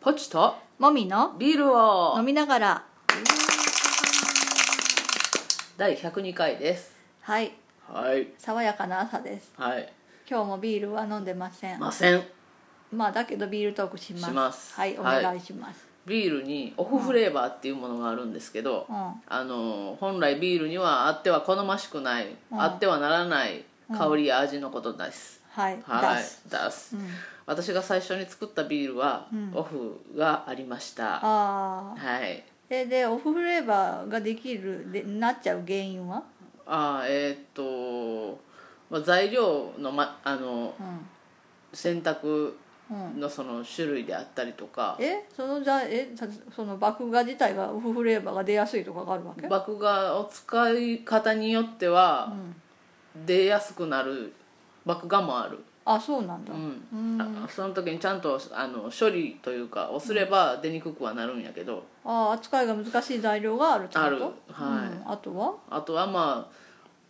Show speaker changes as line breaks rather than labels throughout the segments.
ポチと
もみの
ビールを
飲みながら
第102回です
はい
はい
爽やかな朝です
はい
今日もビールは飲んでませんま
ません
あだけどビールトークします
します
はいお
はい
願いします、
ビールにオフフレーバーっていうものがあるんですけど、
うん
あの本来ビールにはあっては好ましくない、あってはならない香りや味のことです、
はい、
はい
出す
出す、私が最初に作ったビールはオフがありました、
ああ
はい
ででオフフレーバーができるでなっちゃう原因は
あーえーっと、まあ、材料の,、ま、あの
うん
選択
うん
のその種類であったりとか
えそのざえさその麦芽自体がオフフレーバーが出やすいとかがあるわけ
麦芽を使い方によっては出やすくなる麦芽もある、
あそうなんだ、
うん
うん
あその時にちゃんとあの処理というかをすれば出にくくはなるんやけど、
ああ扱いが難しい材料があるってこと
あるはい
うん、あとは
あとはまあ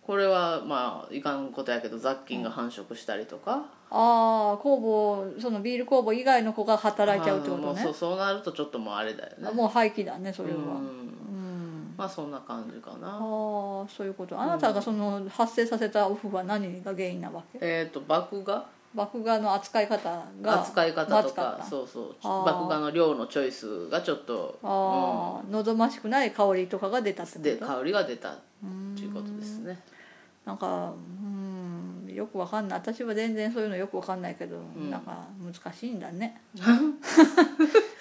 これはまあいかんことやけど雑菌が繁殖したりとか、
ああ工房そのビール工房以外の子が働いちゃうってこ
あ
と
のもうそ
ね
うそうなるとちょっともうあれだよ
あ
ね
もう廃棄だねそれは
うん
うん
まあそんな感じか
あ
な
あそういうことあなたがその発生させたオフは何が原因なわけ
えっ、と麦芽
麦芽の扱い方が
扱い方と
まず
か
った
そうそう
あー
麦芽の量のチョイスがちょっと
ああ、望ましくない香りとかが出たっ
で
てこと
香りが出たっていうことですね
なんかうんよくわかんない私は全然そういうのよくわかんないけど、なんか難しいんだ ね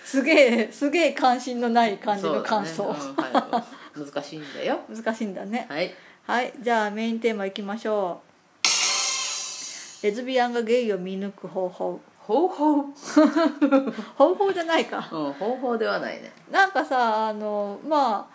すげえすげえ関心のない感じの感
そう
想、
だねうんはい、難しいんだ よ
難しいんだね、
はい
はいじゃあメインテーマいきましょうレズビアンがゲイを見抜く方法
方法、うん、
方法じゃないか
方法ではないね
なんかさあのま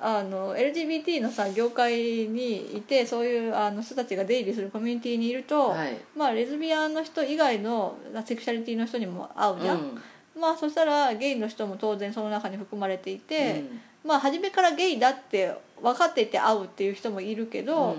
ああの LGBT のさ業界にいてそういうあの人たちが出入りするコミュニティにいると、
はい
まあレズビアンの人以外のセクシャリティの人にも会うじゃ、
うんん
まあそしたらゲイの人も当然その中に含まれていて、
うん
まあ初めからゲイだって分かっていて会うっていう人もいるけど、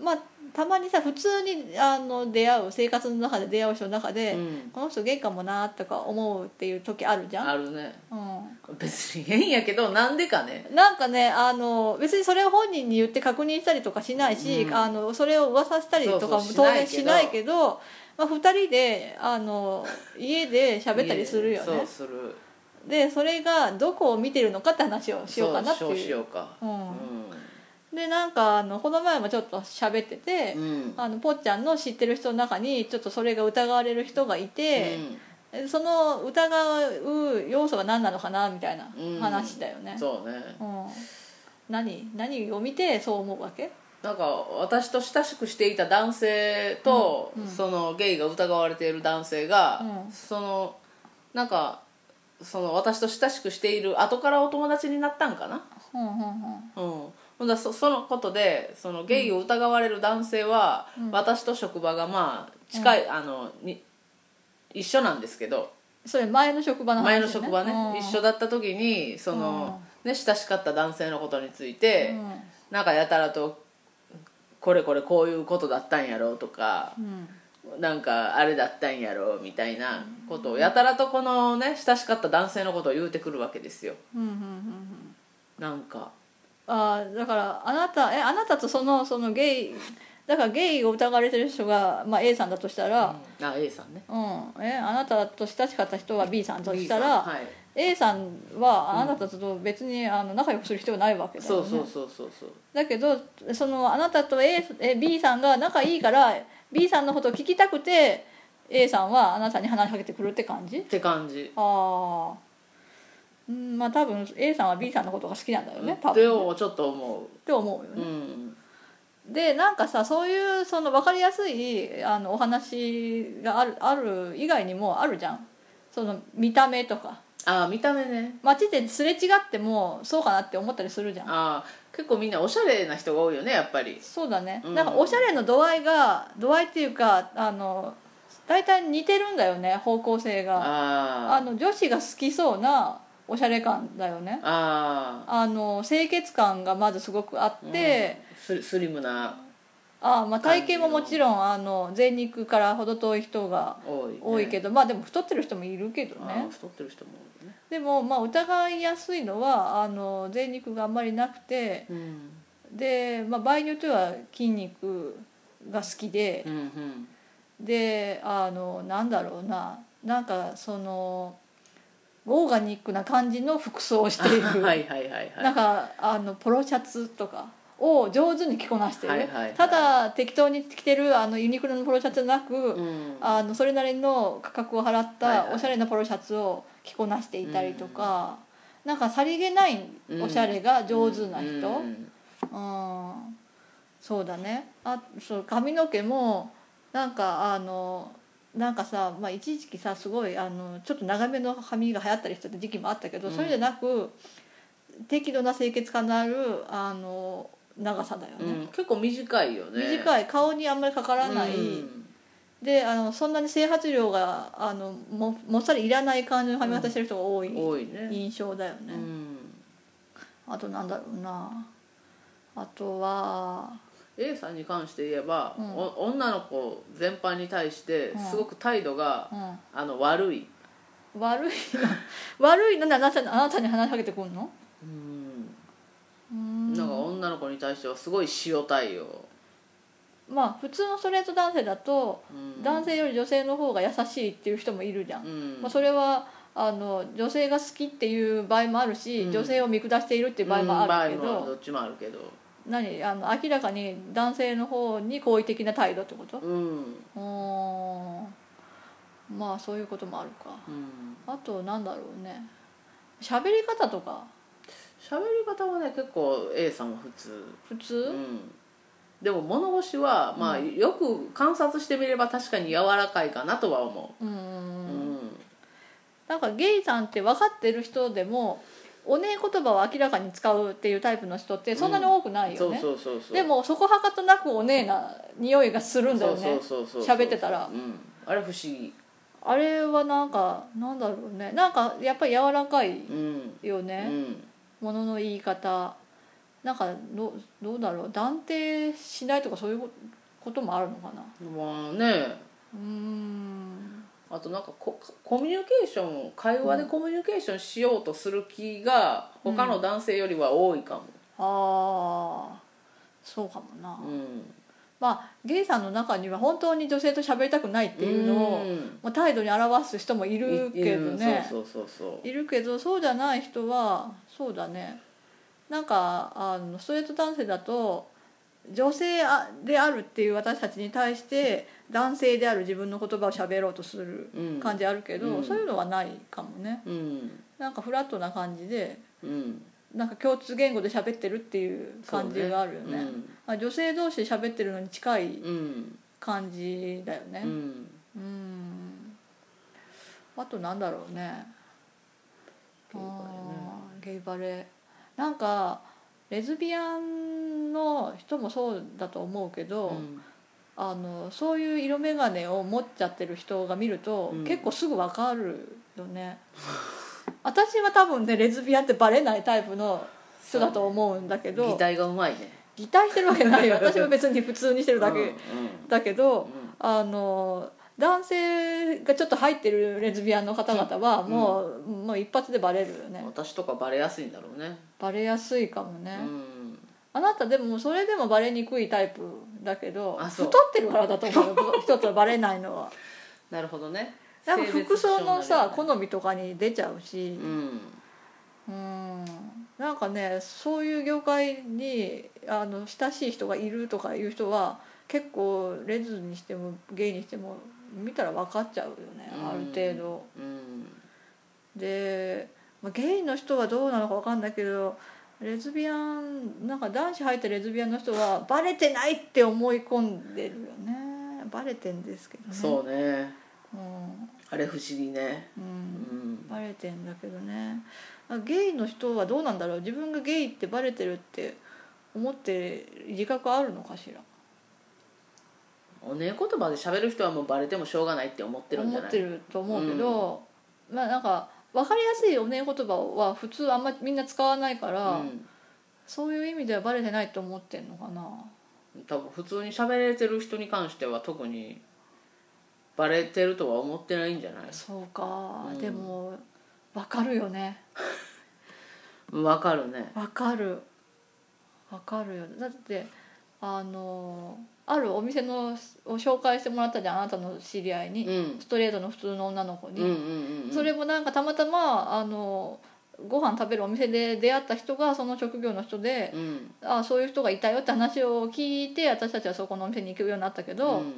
まあたまにさ普通にあの出会う生活の中で出会う人の中で、
うん
この人ゲイかもなとか思うっていう時あるじゃん、
あるね
う
別に変やけどなんでかね
ん、なんかねあの別にそれを本人に言って確認したりとかしないし、
うん
あのそれを噂したりとかも
そうそう
当
しない
然
けど
しないけどまあ、2人であの家で喋ったりするよ
そ
ね
うする
でそれがどこを見てるのかって話をしようかなって
そうし
いう
ようか
う
うんん
でなんかあのこの前もちょっと喋ってて、
うん
あのぽっちゃんの知ってる人の中にちょっとそれが疑われる人がいて、その疑う要素が何なのかなみたいな
うん
話だよね、
そうね
うん何何を見てそう思うわけ
なんか私と親しくしていた男性と、
うんうん
そのゲイが疑われている男性が、
うん
そのなんかその私と親しくしている後からお友達になったんかな、
うんうんうん
うん、ほんだらそそのことでそのゲイを疑われる男性は、
うん
私と職場がまあ近い、あのに一緒なんですけど
それ前の職場の話、ね、
前の職場ね、
うん
一緒だった時にその、ね、親しかった男性のことについて、なんかやたらとこれこれこういうことだったんやろうとか
うんうん
なんかあれだったんやろうみたいなことをやたらとこのね親しかった男性のことを言うてくるわけですよ
うんうんうんうん
なんか
ああだからあなたえあなたとそのそのゲイだからゲイを疑われてる人が、まあ、A さんだとしたら、
あ A さんね
うんえあなたと親しかった人は B さんとしたら、
B さんはい
A さんはあなたと別にあの仲良くする必要ないわけだよ、
そ
ね
うそうそうそうそう
だけどそのあなたと A え B さんが仲いいから B さんのことを聞きたくて A さんはあなたに話しかけてくるって感じ
って感じ
ああうんまあ多分 A さんは B さんのことが好きなんだよね多
っ
分
て
ねっ
ちょっと思
て思う
う
よ
う
ね、
ん
でなんかさそういうその分かりやすいあのお話があるある以外にもあるじゃんその見た目とか
あ見た目ね
街ですれ違ってもそうかなって思ったりするじゃん
あ結構みんなおしゃれな人が多いよねやっぱり
そうだね、
うん
なんかおしゃれの度合いが度合いっていうかあの大体似てるんだよね方向性があ
あー
の女子が好きそうなおしゃれ感だよね
あ
あの清潔感がまずすごくあっ
ー
て、
うんスリスリムな
ああまあ体型ももちろんあの贅肉から程遠い人が
多い、ね、
多いけ
ど
ど、まあでも太ってる人もいるけどね
太ってる人も多いね
でもまあ疑いやすいのはあの贅肉があんまりなくて
うん
で、まあ、場合によっては筋肉が好きで
うんうん
であのなんだろうななんかそのオーガニックな感じの服装をしてい く
はいはいはいは
ないんかあのポロシャツとかを上手に着こなしてる、
はいはいはい
ただ適当に着てるあのユニクロのポロシャツじゃなく、
うん
あのそれなりの価格を払っ
はいは
た
い
おしゃれなポロシャツを着こなしていたりとか、なんかさりげないおしゃれが上手な人、
うん
うんそうだねあそう髪の毛もなんかあのなんかさ、まあ、一時期さすごいあのちょっと長めの髪が流行ったりしてた時期もあったけど、
うん
それじゃなく適度な清潔感のあるあの長さだよ
うん
ね、
結構短いよねい
短い顔にあんまりかからない、であのそんなに整髪量があのももっさりいらない感じの髪型してる人が多い
多いね
印象だよね、
うん
あとなんだろうなあとは
A さんに関して言えば、
うん
お女の子全般に対してすごく態度が、
うん
あの悪い、
悪いの悪いのにあなたにあなたに話しかけてくんの
うん
うーん
なんか女の子に対してはすごい塩対応、
まあ普通のストレート男性だと、
うん
男性より女性の方が優しいっていう人もいるじゃん、
うん
まあ、それはあの女性が好きっていう場合もあるし、
うん
女性を見下しているっていう場合もあるけ
うん場合もど
ど、
っちもあるけど
何あの明らかに男性の方に好意的な態度ってこと
うん、
うーんまあそういうこともあるか
うん、
あとなんだろうね喋り方とか
喋り方はね結構 A さんは普通、
普
う
通、
ん、でも物腰は、まあよく観察してみれば確かに柔らかいかなとは思
うんうん
う、
う
うんん
なんかゲイさんって分かってる人でもおねえ言葉を明らかに使うっていうタイプの人ってそんなに多くないよね、
そうそうそうそう
でもそこはかとなくおねえな匂いがするんだよね
そうそうそうそう
喋ってたら
うん、あれ不思議、
あれはなんかなんだろうねなんかやっぱり柔らかい
うん
よ
う
ね、
ん、
ものの言い方なんかどうどうだろう断定しないとかそういうこともあるのかな
まあね
うーん
あとなんかココミュニケーション会話でコミュニケーションしようとする気が他の男性よりは多いかも、
ああそうかもな、
うん、
まあゲイさんの中には本当に女性と喋りたくないっていうのを、
うん
まあ、態度に表す人もいるけどね
うんそうそうそう
いるけどそうじゃない人はそうだねなんかあのストレート男性だと女性あであるっていう私たちに対して男性である自分の言葉を喋ろうとする
そう、うん、
感じあるけど、
うん
そういうのはないかもね
うん
なんかフラットな感じで
うん
なんか共通言語で喋ってるっていう感じがあるよねまあ、女性同士で喋ってるのに近い
うんうん
感じだよね
うん
うんあとなんだろうね
ゲイバレね
あーゲイバレなんかレズビアンの人もそうだと思うけど、
うん
あのそういう色眼鏡を持っちゃってる人が見ると、
うん
結構すぐわかるよね 私は多分ねレズビアンってバレないタイプの人だと思うんだけど
擬態がうまいね
擬態してるわけないよ私は別に普通にしてるだけ、
うんうん
だけど、
うん
あの男性がちょっと入ってるレズビアンの方々は
うん
もう,、もう一発でバレるよね
私とかバレやすいんだろうね
バレやすいかもね、
うん
あなたでもそれでもバレにくいタイプだけど
あそ
太
う
ってるからだと思うよ 一つはバレないの は
なるほどね
なんか服装のさ
こ
好みとかに出ちゃう
う
し
ん
うんなんかねそういう業界にあの親しい人がいるとかいう人は結構レズにしてもゲイにしても見たら分かっちゃうよね
うん
ある程度。
うん
で、まあ、ゲイの人はどうなのか分かんないけどレズビアンなんか男子入ったレズビアンの人はバレてないって思い込んでるよねバレてんですけどね
そうね
うん、
あれ不思議ね
う、
うんん
バレてんだけどねあゲイの人はどうなんだろう自分がゲイってバレてるって思って自覚あるのかしら
おねえ言葉で喋る人はもうバレてもしょうがないって思ってるんじ
思
ゃ
っ
ない
てると思うけど、まあなんか分かりやすいおねえ言葉は普通あんまみんな使わないから、
うん
そういう意味ではバレてないと思ってんのかな
多分普通に喋れてる人に関しては特にバレてるとは思ってないんじゃない
そうか、
うん
でもわかるよね
わかるね
わかるわかるよねだってあのあるお店のを紹介してもらったじゃんあなたの知り合い
うん
に、
うん
ストレートの普通の女の子
うんう
に、
んうん
それもなんかたまたまあのご飯食べるお店で出会った人がその職業の人で、
うん
あそういう人がいたよって話を聞いて私たちはそこのお店に行くようになったけど、
うん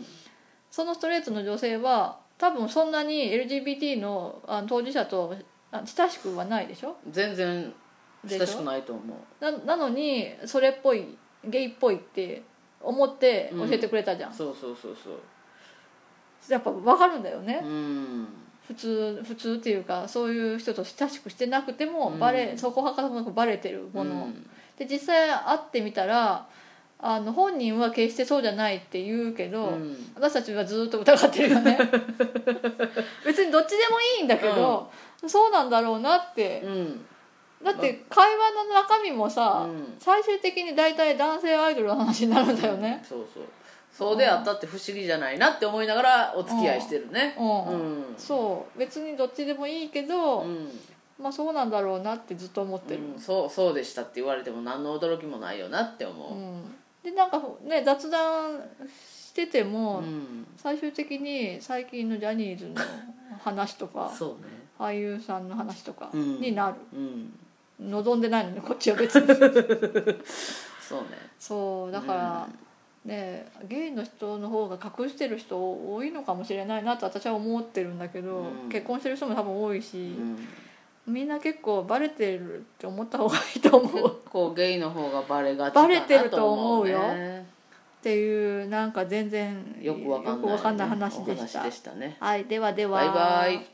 そのストレートの女性は多分そんなに LGBT のあの当事者とあ親しくはないでしょ
全然
でしょ
親しくないと思う
ななのにそれっぽいゲイっぽいって思って教えてくれたじゃん、
そうそうそうそう
やっぱ分かるんだよね、
うん
普通普通っていうかそういう人と親しくしてなくてもバレ、
うん
そこはかなくバレてるもの、
うん
で実際会ってみたらあの本人は決してそうじゃないって言うけど、
うん
私たちはずっと疑ってる よね別にどっちでもいいんだけど、そうなんだろうなって
うん
だって会話の中身もさ、
うん
最終的に大体男性アイドルの話になるんだよね
そうそうそうであったって不思議じゃないなって思いながらお付き合いしてるね
うん、
うん
そう別にどっちでもいいけど、
うん
まあそうなんだろうなってずっと思ってる、
うんそうそうでしたって言われても何の驚きもないよなって
う
思
んでなんかね雑談してて
う
も、
うん
最終的に最近のジャニーズの話とか
そうね
俳優さんの話とか
うん
になる、
うん
望んでないのにこっちは別に
そうね
そうだから、ねゲイの人の方が隠してる人多いのかもしれないなと私は思ってるんだけど、
うん
結婚してる人も多分多いし
う、ん
みんな結構バレてるって思った方がいいと思 うっ
結構ゲイの方がバレがち
バレてると思うよ
かなと思ね
ていうなんか全然
よくわかんない
よくわかんない話で
お
した
話でしたね
はいではでは
バイバイ